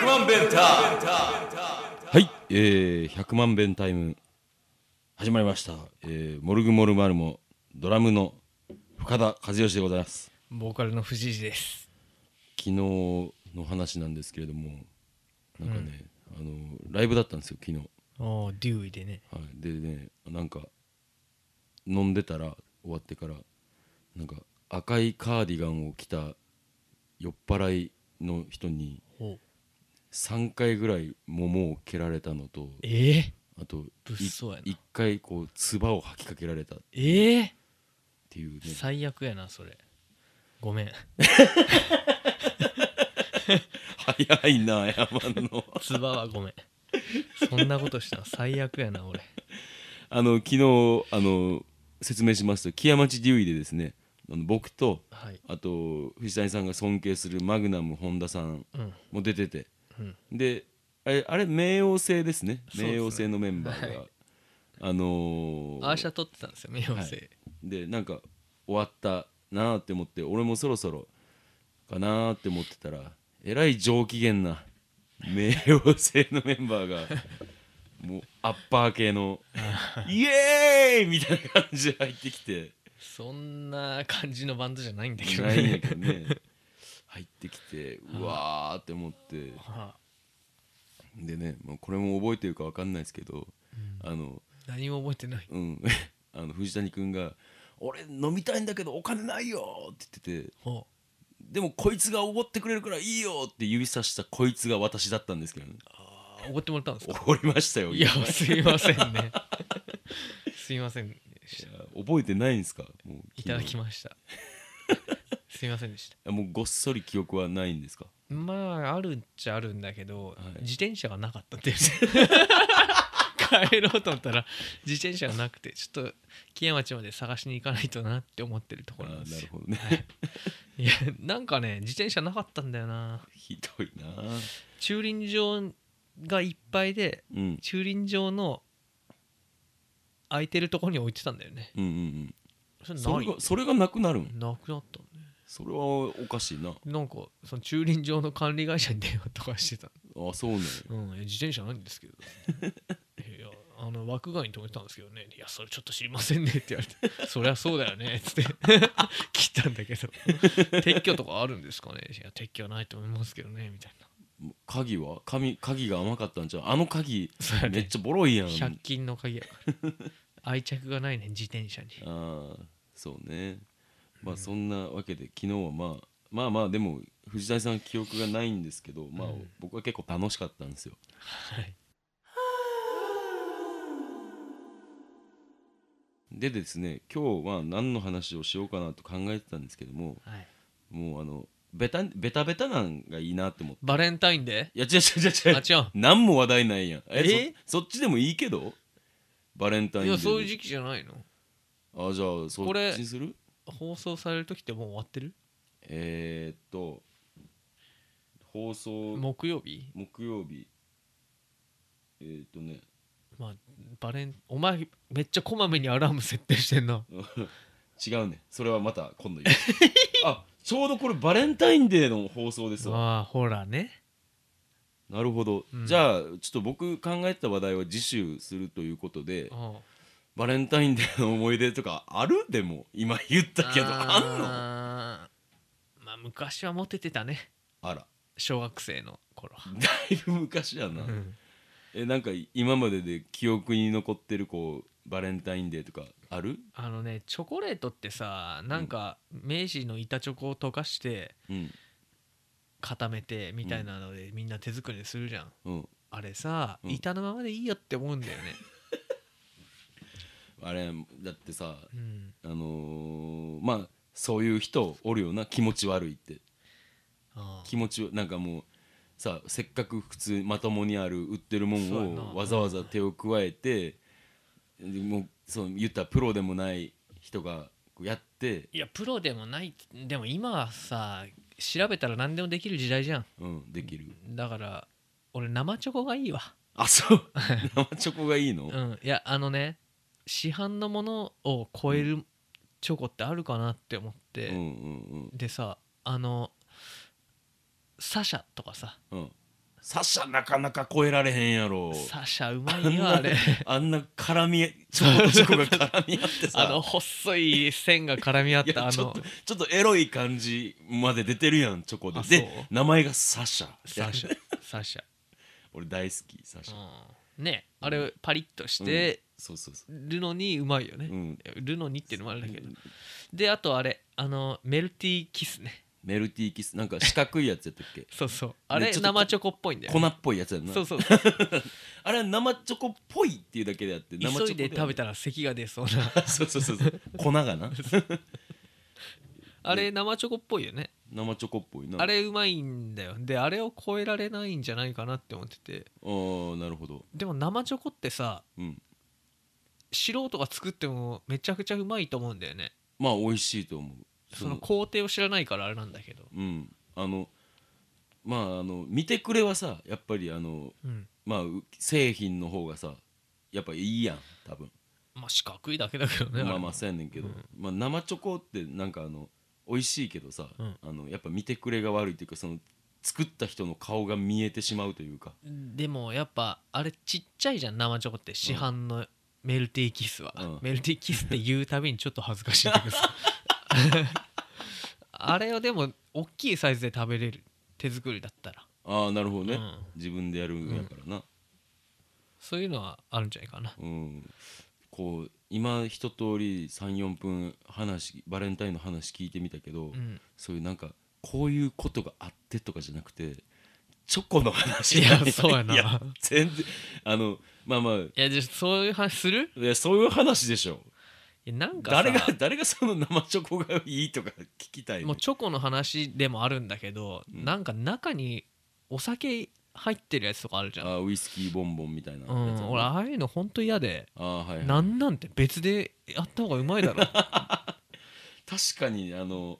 100万弁タはい、えー、100万弁タイム始まりました、えー、モルグモルマルモドラムの深田和義でございますボーカルの藤井です。昨日の話なんですけれどもなんかね、あのライブだったんですよ昨日、おーデューイでね。はい、でねなんか飲んでたら終わってからなんか赤いカーディガンを着た酔っ払いの人に3回ぐらい桃を蹴られたのとえー、あと物騒やな1回こう唾を吐きかけられたっえー、ていうね最悪やな、それ。ご めん。早いな山のつばはごめん。そんなことしたの最悪やな、俺。 あの昨日あの説明しますと木屋町デューイでですねあの僕とはい。あと藤谷さんが尊敬するマグナム本田さんうん。も出ててうん。であれあれ冥王星ですねそうですね冥王星のメンバーが、はいあのーアーシャ撮ってたんですよ、冥王星。はいでなんか終わったなーって思って俺もそろそろかなーって思ってたらえらい上機嫌な冥王星のメンバー がもうアッパー系 の「イエーイ!」みたいな感じで入ってきてそんな感じのバンドじゃないんだけどないんやね。けど ね入ってきてうわーって思って はあでねもうこれも覚えてるか分かんないですけど、あの何も覚えてない。うん、 あの藤谷君が「俺飲みたいんだけどお金ないよ」って言っててほう「でもこいつがおごってくれるからいいよ」って指さしたこいつが私だったんですけどねあー怒ってもらったんですおかごりましたよいや、すいませんね。すいませんでしいたや。覚えてないんですかもういただきまま した。すいませんでした。もうごっそり記憶はないんですかまああるっちゃあるんだけど、い自転車がなかったんだよね 帰ろうと思ったら自転車がなくてちょっと木屋町まで探しに行かないとなって思ってるとあころなんーでなするよほどね、いやなんかね自転車なかったんだよな ひどいな駐輪場がいっぱいでうん駐輪場の空いてるところに置いてたんだよねうんうんそうんれそなれいがそれがなくなるんなくなったんだよそれはおかしいななんかその駐輪場の管理会社に電話とかしてたあそうねうん、自転車ないんですけど いやあの枠外に止めてたんですけどねいやそれちょっと知りませんねって言われてそりゃそうだよねっつって 切ったんだけど撤去とかあるんですかねいや撤去はないと思いますけどねみたいな鍵は紙鍵が甘かったんちゃうあの鍵そうやねめ っちゃボロいやん100均の鍵やから愛着がないね自転車にああそうねまあそんなわけで昨日はまあまあまあでも藤谷さん記憶がないんですけどまあうん僕は結構楽しかったんですよはいでですね今日は何の話をしようかなと考えてたんですけどもはいもうあのベタベタベタなんがいいなって思ってバレンタインデいや違う違う違うー違あう違う何も話題ないやんええそそっちでもいいけどバレンタインいデーやでそういう時期じゃないのあじゃあそこれっちにする放送される時ってもう終わってるえー、っと放送木曜日木曜日えーっ、とね まあバレンお前めっちゃこまめにアラーム設定してんな違うねそれはまた今度言 うあちょうどこれバレンタインデーの放送ですわああほらねなるほど、うんじゃあちょっと僕考えてた話題は次週するということでうんバレンタインデーの思い出とかあるでも今言ったけどあんのああんのまあ昔はモテてたねら小学生の頃は、だいぶ昔やな、うんえなんか今までで記憶に残ってるこうバレンタインデーとかあるあのねチョコレートってさなんか明治の板チョコを溶かしてうん固めてみたいなので、みんな手作りするじゃんうんあれさ、うん板のままでいいよって思うんだよね、あれだってさうん、あのーまあそういう人おるよな気持ち悪いってああ気持ちなんかもうさせっかく普通まともにある売ってるもそうやなんをわざわざ手を加えてでもうそう言ったらプロでもない人がこうやって、いやプロでもないでも今はさ調べたら何でもできる時代じゃんうん、できるだから俺生チョコがいいわあそう 生チョコがいいの、うん、いやあのね市販のものを超えるチョコってあるかなって思っうて、んうんうんでさあのサシャとかさうんサシャなかなか超えられへんやろサシャうまあいんよな あれあんな絡みチョコとチョコが絡み合ってさあの細い線が絡み合っいやた あちょっとのちょっとエロい感じまで出てるやんチョコであそうで名前がサシャサシャサシャ、 俺大好きサシャ、うん、ねあれパリッとしてそうそうそるのにうまいよねう、う、ん、るのにっていうのもあれだけどであとあれあのメルティーキスねメルティーキスなんか四角いやつやったっ けそうそうあれねちょっと生チョコっぽいんだよ粉ねっぽいやつやんなそうそうあれは生チョコっぽいっていうだけであって生チョコ急いで食べたら咳が出そうな そうそうそうそう粉が なあれ生チョコっぽいよね生チョコっぽいなあれうまいんだよであれを超えられないんじゃないかなって思っててあーなるほどでも生チョコってさうん素人が作ってもめちゃくちゃうまいと思うんだよねまあ美味しいと思うその工程を知らないからあれなんだけどうんあのまああの見てくれはさやっぱりあのうんまあう製品の方がさやっぱいいやん多分まあ四角いだけだけどねまあまああそうやねんけど、まあ、生チョコってなんかあの美味しいけどさ、うんあのやっぱ見てくれが悪いっていうかその作った人の顔が見えてしまうというか、れでもやっぱあれちっちゃいじゃん生チョコって市販のメルティーキスは、うんメルティーキスって言うたびにちょっと恥ずかしいんだけど さあれをでも大きいサイズで食べれる手作りだったらああなるほどね、うん自分でやるんやからな、そういうのはあるんじゃないかなうんこう今一通り34分話バレンタインの話聞いてみたけど、うんそういうなんかこういうことがあってとかじゃなくてチョコの話いやなんそうやない全然あのまあまあいやじゃあそういう話するいやそういう話でしょいやなんかさ誰が誰がその生チョコがいいとか聞きたいねもうチョコの話でもあるんだけど、うんなんか中にお酒入ってるやつとかあるじゃん、あウイスキーボンボンみたいなやつうやな、ん、俺ああいうのほんと嫌で、あはい、はい、なんなんて別でやった方がうま いだろ確かにあの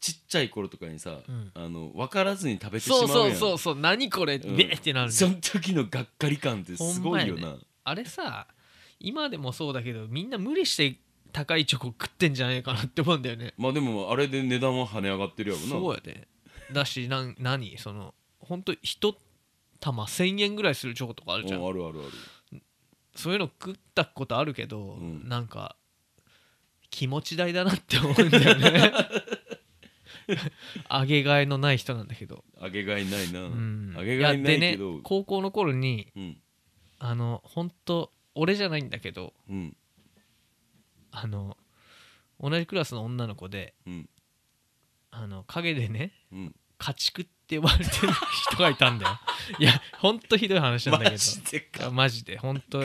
ちっちゃい頃とかにさ、うんあの分からずに食べてしまうそやうんそうそうそう何これ、んべーってなるじそゃんの時のがっかり感ってすごいよほんまな、あれさ今でもそうだけどみんな無理して高いチョコ食ってんじゃないかなって思うんだよねまあでもあれで値段は跳ね上がってるやろなそうやでだしなん何そのほんと一玉1,000円ぐらいするチョコとかあるじゃんうんあるあるあるそういうの食ったことあるけど、うんなんか気持ち代だなって思うんだ よねあげがえのない人なんだけど、あげがいないな、うんあげがいないけやどでね高校の頃にうんあの本当俺じゃないんだけどうんあの同じクラスの女の子でうんあの陰でねうん家畜って呼ばれてる人がいたんだよいやほんとひどい話なんだマけジどでかマジでほんと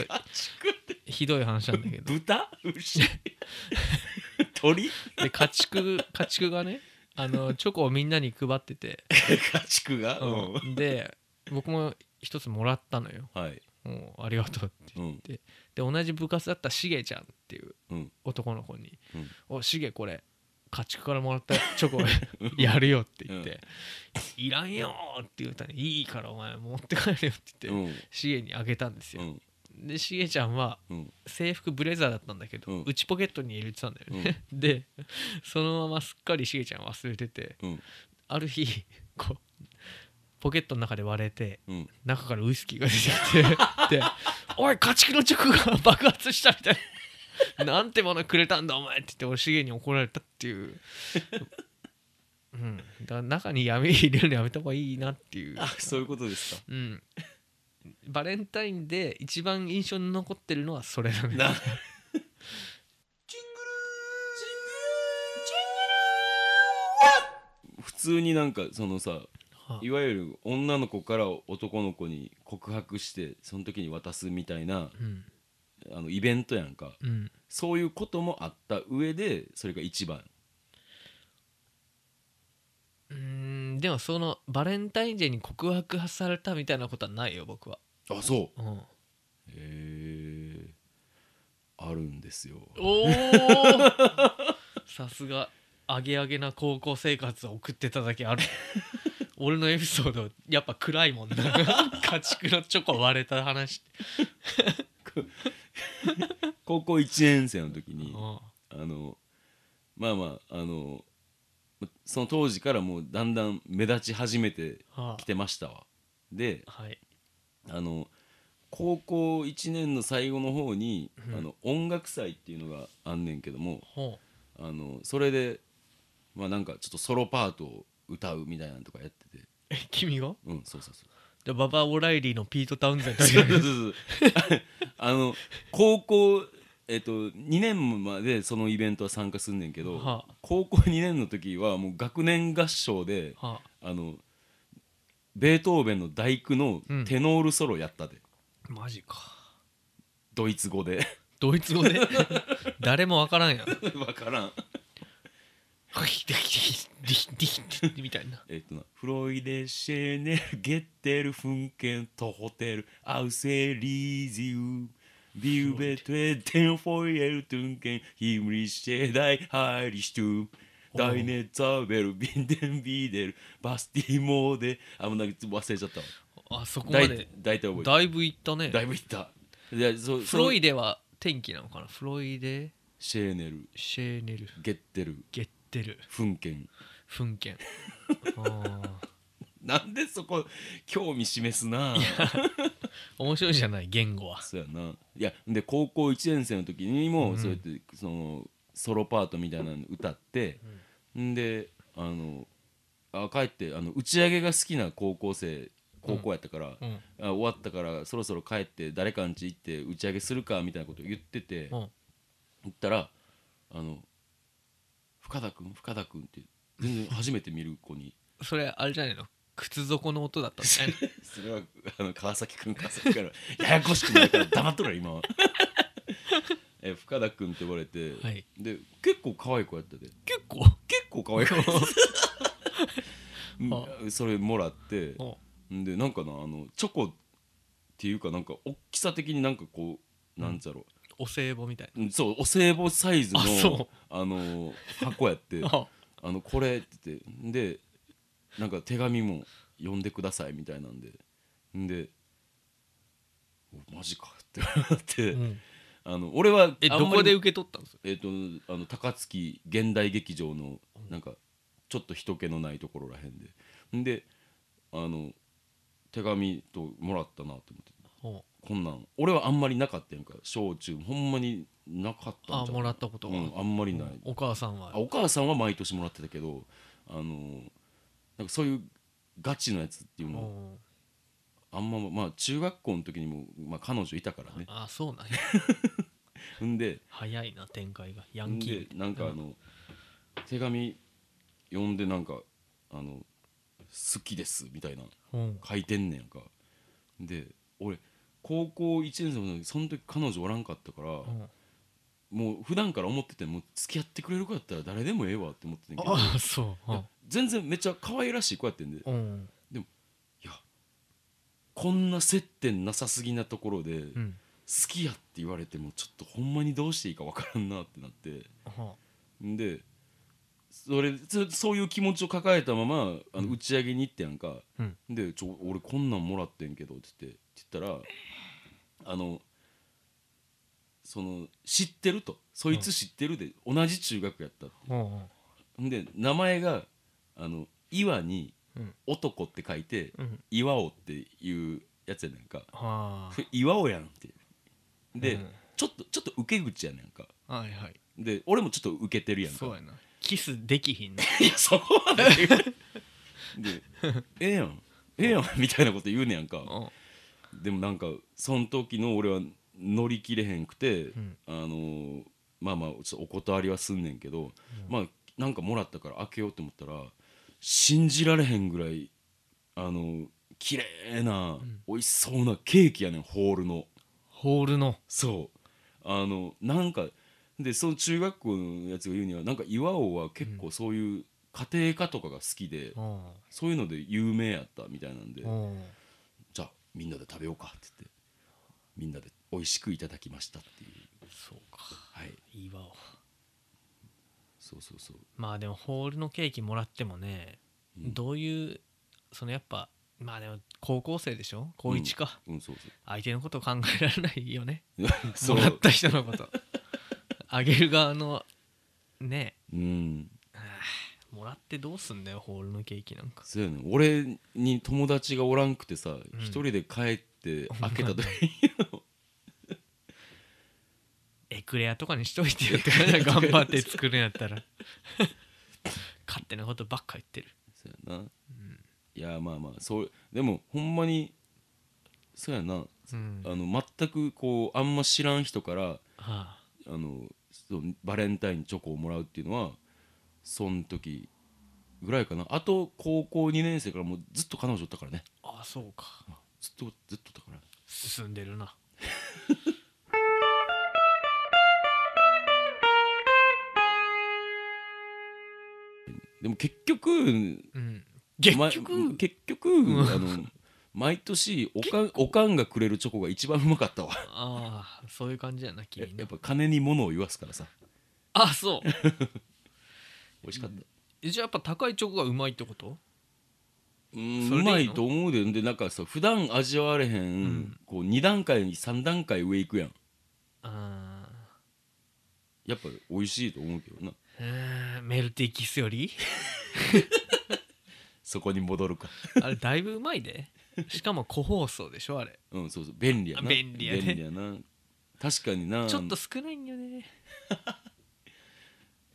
ひどい話なんだけど豚牛 鳥で家畜 家畜がねあのチョコをみんなに配ってて、家畜が、 うんで僕も一つもらったのよはい、もうありがとうってうんで同じ部活だったしげちゃんっていううん男の子にうん「おしげこれ家畜からもらったチョコ やるよ」って言って「いらんよ」って言ったら「いいからお前持って帰れよ」ってう言ってんしげにあげたんですうよんでしげちゃんはうん制服ブレザーだったんだけど、うん内ポケットに入れてたんだよね、 でそのまますっかりしげちゃん忘れててうんある日こうポケットの中で割れてうん中からウイスキーが出てき てで「おい家畜のチョコが爆発した」みたいな「 なんてものくれたんだお前」って言って俺しげに怒られたっていう。うん、だから中に闇入れるのやめた方がいいなっていうあそういうことですかうん、バレンタインで一番印象に残ってるのはそれだねな普通になんかそのさはいわゆる女の子から男の子に告白してその時に渡すみたいなうんあのイベントやんかうんそういうこともあった上でそれが一番うーんでもそのバレンタインデーに告白されたみたいなことはないよ僕は、あそうん、うへえあるんですよおお さすがアゲアゲな高校生活を送ってただけある俺のエピソードやっぱ暗いも んな家畜のチョコ割れた話高校1年生の時うにんあのまあまああのその当時からもうだんだん目立ち始めてはきてましたわであ、はいあの高校1年の最後の方に、うんあの音楽祭っていうのがあんねんけどもほあのそれでまあなんかちょっとソロパートを歌うみたいなのとかやっててうえ君がうんそうそうそう じゃあババ・オライリーのピート・タウンゼントそうそうそう そうあの高校えっと2年までそのイベントは参加すんねんけど、はあ高校2年の時はもう学年合唱で はああのベートーベンの「大工」のテノールソロやったで、マジかドイツ語でドイツ語で誰 もわからんやん デわからんヒデヒデヒデヒデヒみたいなえっとな「フロイデシェネルゲッテルフンケントホテルアウセリージウビルベトエテンフォイエルトゥンケンヒムリシェダイハイリシュトゥダイネザーベルビンデンビーデルバスティモーデあもうなんか忘れちゃったわあそこま大で体大体覚えてだいぶいったねるだいぶいったいやそフロイデデは天気なのかなフロイデシェーネルシェーネルゲッテルゲッテルフンケンフ ンケンあーなんでそこ興味示すなぁ面白いじゃない言語はそうやないやで高校1年生の時にも、うんそうやってそのソロパートみたいなの歌って、ん、であのあ帰ってあの打ち上げが好きな高校生高校やったから、うんあ終わったからそろそろ帰って誰かん家行って打ち上げするかみたいなこと言ってて、うん言ったら「あの深田君深田君」って全然初めて見る子にそれあれじゃないの靴底の音だったん じゃないのそれはあの川崎君川崎からややこしくないから黙っとる今 はえ深田君って呼ばれて、はいで結構可愛い子やったで結構結構可愛い子うん あそれもらっておでなんかなあのチョコっていうかなんか大きさ的になんかこうなんじゃろお歳暮みたいうんそうお歳暮サイズのあそうあの箱やってなああのこれって言ってでなんか手紙も読んでくださいみたいなんでんでおマジかってなって、うんあの俺はえあんまりどこで受け取ったんですえっ、とあの高槻現代劇場のなんかちょっと人気のないところらへんでんであの手紙ともらったなと思っておこんなん俺はあんまりなかったやんか小中ほんまになかったあんじゃもうらったことうは、ん、あんまりない、お母さんはあお母さんは毎年もらってたけどあのーなんかそういうガチのやつっていうのはおうあんままあ中学校の時にも、まあ、彼女いたからねあそうなんやんで早いな展開がヤんンキでーなんかあの、手紙読んでなんかあの好きですみたいなうん書いてんねやんかで俺高校1年生の時その時彼女おらんかったから、うんもう普段から思っててもう付き合ってくれる子やったら誰でもええわって思っててんけどああそううん全然めっちゃ可愛らしい子やってんでうんいやこんな接点なさすぎなところで、う好んきやって言われてもちょっとほんまにどうしていいかわからんなってなってはんでそれそそういう気持ちを抱えたままあの打ち上げに行ってやんか、うんでちょ「俺こんなんもらってんけど」って言ってって言ったらあのその知ってるとそいつ知ってるで、同じ中学やったってあうんうんんで名前があの岩にうん「男」って書いて、うん岩尾っていうやつやねんかはそれ 岩尾やんってで、うんちょっとちょっと受け口やねんかあはいはいで俺もちょっと受けてるやんかそうやなキスできひんね いやそこまで言うで ええやんええやんみたいなこと言うねやんか うんでもなんかその時の俺は乗り切れへんくて、んあのーまあまあちょっとお断りはすんねんけど、まあなんかもらったから開けようと思ったら信じられへんぐらいあのー綺麗な、美味しそうなケーキやねんホールのホールのそうあのなんかでその中学校のやつが言うにはなんか岩尾は結構そういう家庭科とかが好きで、うんそういうので有名やったみたいなんで、うんじゃあみんなで食べようかって言ってみんなで美味しくいただきましたっていうそうかはい岩をそうそうそうまあでもホールのケーキもらってもねうんどういうそのやっぱまあでも高校生でしょ高一かうんそう相手のこと考えられないよねそう そもうらった人 のことあげる側のねうんあーもらってどうすんだよホールのケーキなんかそうやね俺に友達がおらんくてさん一、人で帰っ て開けた時エクレアとかにしといてよって感じだよ頑張って作るんやった ら勝手なことばっか言ってるそうやな、いやまあまあそうでもほんまにそうやな、うんあの全くこうあんま知らん人からはああのそうバレンタインチョコをもらうっていうのはそん時ぐらいかなあと高校2年生からもうずっと彼女おったからねああそうかずっとずっとだから進んでるなでも結局うん結局、ま結局んあの毎年おかんおかんがくれるチョコが一番うまかったわああそういう感じやなや君やなっぱ金に物を言わすからさああそう美味しかったえじゃあやっぱ高いチョコがうまいってことうんそれうでいいのまいと思うででなんかさ普段味わわれへん、んこう2段階に3段階上行くやんあやっぱ美味しいと思うけどなーうーんメルティーキスよりそこに戻るかあれだいぶうまいでしかも個包装でしょあれうんそうそう便利やなあ便利やね便利やな確かになちょっと少ないんよね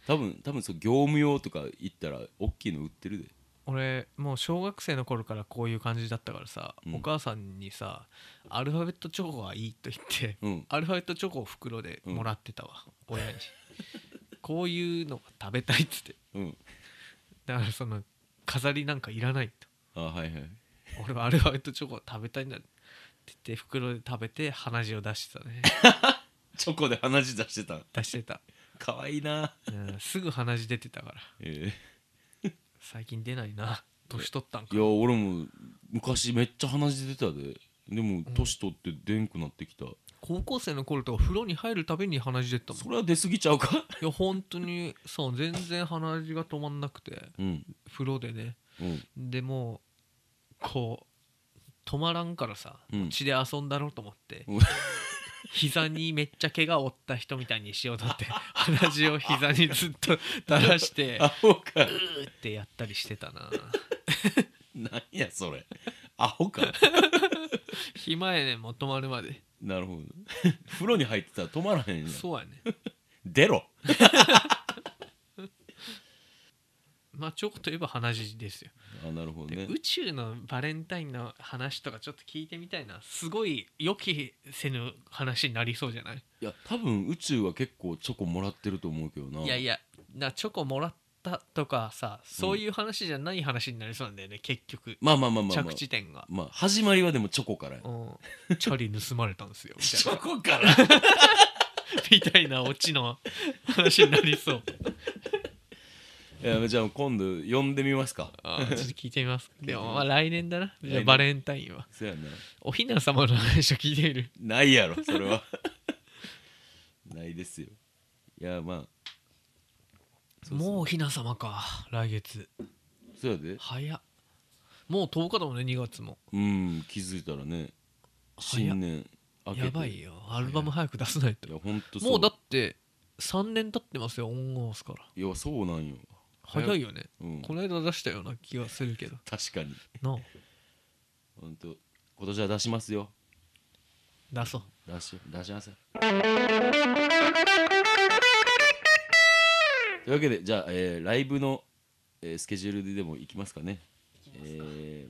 多分多分そう業務用とか行ったら大きいの売ってるで俺もう小学生の頃からこういう感じだったからさ、うんお母さんにさアルファベットチョコはいいと言って、うんアルファベットチョコを袋でもらってたわ、親にこういうのが食べたいっつってうんだからその飾りなんかいらないとあはいはい俺はアルファベットチョコを食べたいんだって言って袋で食べて鼻血を出して たねチョコで鼻血出してた出してた、かわいいなうん、すぐ鼻血出てたからえ最近出ないな年取ったんえかいや俺も昔めっちゃ鼻血出たででも年取ってでんくなってきた、高校生の頃とか風呂に入るたびに鼻血出てたもんそれは出過ぎちゃうかいや本当にそう全然鼻血が止まんなくてうん風呂でねうんでもうこう止まらんからさ、うん血で遊んだろうと思って、うん膝にめっちゃ怪我を負った人みたいにしようとっ て鼻血を膝にずっと 垂らしてアホかうーってやったりしてたななんやそれアホか暇やねんもう止まるまでなるほど 風呂に入ってたら止まらへんやんそうやね出ろまあチョコといえば鼻血ですよあなるほどでね宇宙のバレンタインの話とかちょっと聞いてみたいなすごい予期せぬ話になりそうじゃないいや多分宇宙は結構チョコもらってると思うけどないやいやなチョコもらったとかさそういう話じゃない話になりそうなんだよね、結局まあまあまあまあ、まあ着、地点が、まあ始まりはでもチョコからやうん、チャリ盗まれたんですよみたいチョコからなみたいなオチの話にな りそういやじゃあ今度呼んでみますかあーちょっと聞いてみますでもまあ来年だな年じゃあバレンタインはそやなおひな様の話を聞いてみるないやろそれは ないですよいやまあそうそうもうおひな様か来月そうやで早っもう10日だもんね2月もうん気づいたらね早っ新年明けてやばいよアルバム早く出さないといやほんとそうもうだって3年経ってますよオンオースからいやそうなんよ早いよね、うんこの間出したような気がするけど確かになほんと今年は出しますよあ 出そう出し出しますよというわけでじゃあ、えーライブの、えースケジュールででも行きますかねえ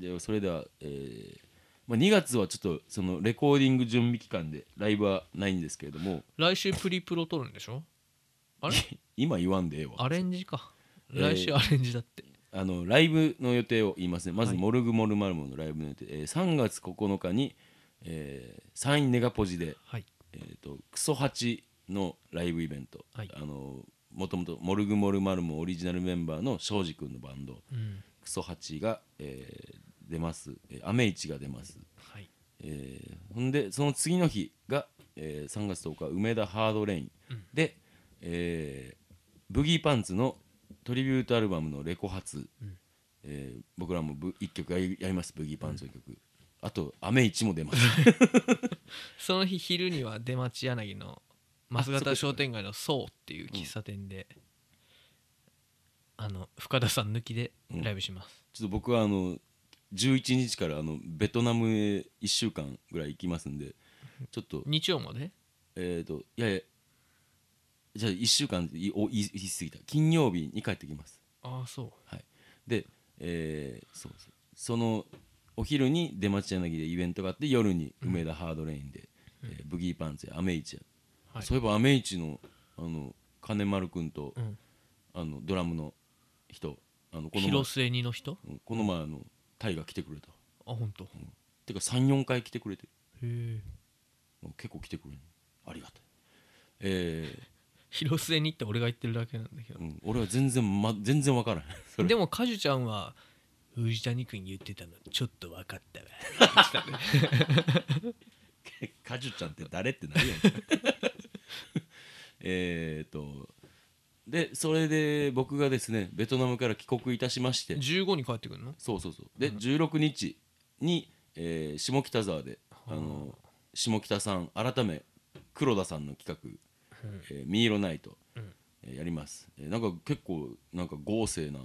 ーでそれでは、えーまあ、2月はちょっとそのレコーディング準備期間でライブはないんですけれども来週プリプロ撮るんでしょ あれ今言わんでええわアレンジかえー来週アレンジだって、あのライブの予定を言いますねまず「はいモルグモルマルモ」のライブの予定、えー3月9日に、えー、サインネガポジで、 はいえー、とクソハチのライブイベント、はいあのもともと「モルグモルマルモ」オリジナルメンバーの庄司君のバンドうんクソハチが、えー出ます、えー、アメイチが出ます、はいえーほんでその次の日が、えー3月10日梅田ハードレインで、えーブギーパンツのトリビュートアルバムのレコ発、えー僕らもぶ1曲やりやりますブギーパンツの曲、あと「アメイチ」も出ますその日昼には出町柳の増形商店街の「そう」っていう喫茶店で、あの深田さん抜きでうんライブします、ちょっと僕はあの11日からあのベトナムへ1週間ぐらい行きますんでちょっと日曜までえっ、といやいやじゃあ1週間いお言い言い過ぎた金曜日に帰ってきますああそうで、えーそうそうそのお昼に出町柳でイベントがあって夜に梅田ハードレインで、えーブギーパンツやアメイチや、はいそういえばアメイチのあの金丸君と、うんあのドラムの人あのこの前広末にの人うんこの前あのタイが来てくれたあ本当。へてか34回来てくれてるえもう結構来てくれるありがたいえ広末にって俺が言ってるだけなんだーけど、うん、俺は全然、ま、全然分 からんそれでもカジュちゃんは藤谷君言ってたのちょっと分かったわカジュちゃんって誰ってなるやん えーとでそれで僕がですねベトナムから帰国いたしまして15に帰ってくるのそうそうそうで16日に、えー下北沢であの下北さん改め黒田さんの企画うんえーミイロナイト、うんえーやります、えーなんか結構なんか豪勢な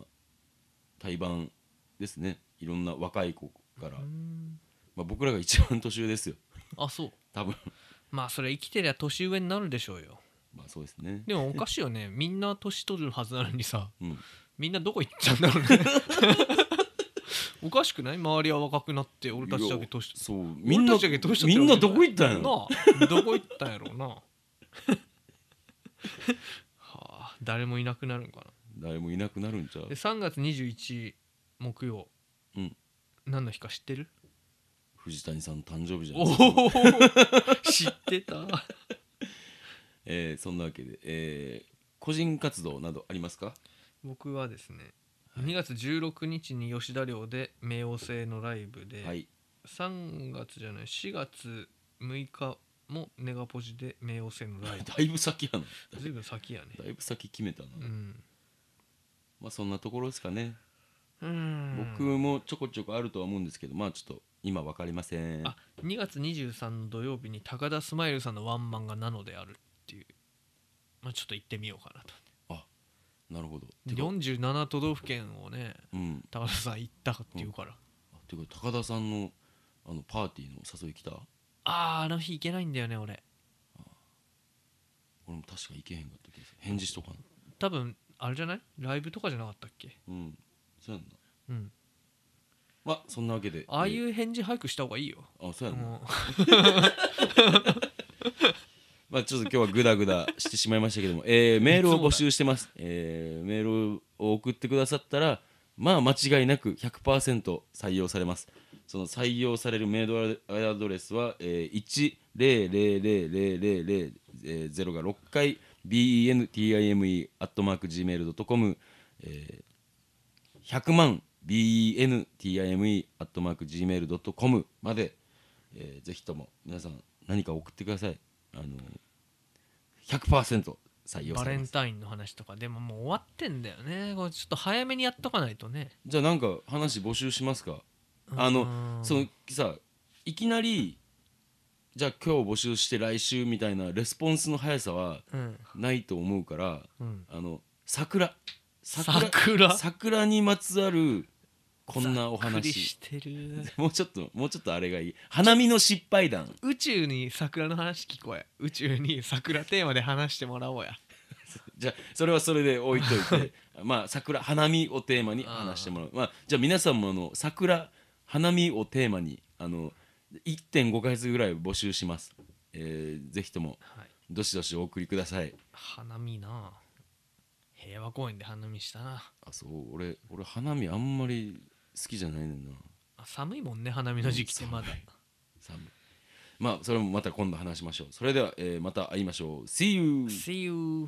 対バンですねいろんな若い子から、うんまあ、僕らが一番年上ですよあそう多分 まあそれ生きてりゃ年上になるでしょう よまあそうですねでもおかしいよ ねみんな年取るはずなのに さうんみんなどこ行っちゃうんだろうねおかしくない周りは若くなって俺たちだけ年取そうみみんんななだけ年取みってんるなわけどじゃいこ行ったんやろなあどこ行ったん やろうなはあ誰もいなくなるんかな誰もいなくなるんちゃうで3月21木曜、うん何の日か知ってる藤谷さんの誕生日じゃなおいですかお 知ってたえーそんなわけで、えー個人活動などありますか僕はですね2月16日に吉田寮で冥王星のライブで、はい3月じゃない4月6日もネガポジで冥王星のライだいぶ先やなブずいぶん先やねだいぶ先決めたな、うんまあそんなところですかねうん僕もちょこちょこあるとは思うんですけどまあちょっと今わかりませんあ2月23の土曜日に高田スマイルさんのワンマンがなのであるっていうまあちょっと行ってみようかなとなるほどてか47都道府県をねうん高田さん行ったっていうから、あていうか高田さんのあのパーティーの誘い来たあーあの日行けないんだよね俺俺も確か行けへんかった気がする返事しとかな多分あれじゃないライブとかじゃなかったっけうんそうやんなうんまあそんなわけでああいうう返事早くした方がいいよ、あそうやんな、もうまあちょっと今日はグダグダしてしまいましたけども、えーメールを募集してます、えーメールを送ってくださったらまあ間違いなく100%採用されますその採用されるメールアドレスは、えー、1000000、えー、0が6回 bentime.gmail.com、えー、100万 bentime.gmail.com まで、えーぜひとも皆さん何か送ってくださいあの100%採用バさレれンますタインの話とかでももう終わってんだよねこれちょっと早めにやっとかないとねじゃあなんか話募集しますかあのうんそのさいきなりじゃあ今日募集して来週みたいなレスポンスの速さはうんないと思うからうんあの桜桜桜にまつわるこんなおざっくりし話てる もうちょっともうちょっとあれがいい花見の失敗談宇宙に桜の話聞こえ宇宙に桜テーマで話してもらおうやじゃあそれはそれで置いといて まあ桜花見をテーマに話してもらうまあじゃあ皆さんもあの桜花見をテーマにあの1.5ヶ月ぐらい募集します、えーぜひともはいどしどしお送りください花見な平和公園で花見したなあそう俺俺花見あんまり好きじゃないねんなあ寒いもんね花見の時期ってまだ寒いまあそれもまた今度話しましょうそれでは、えーまた会いましょう See you! See you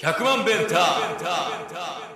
100万ベンター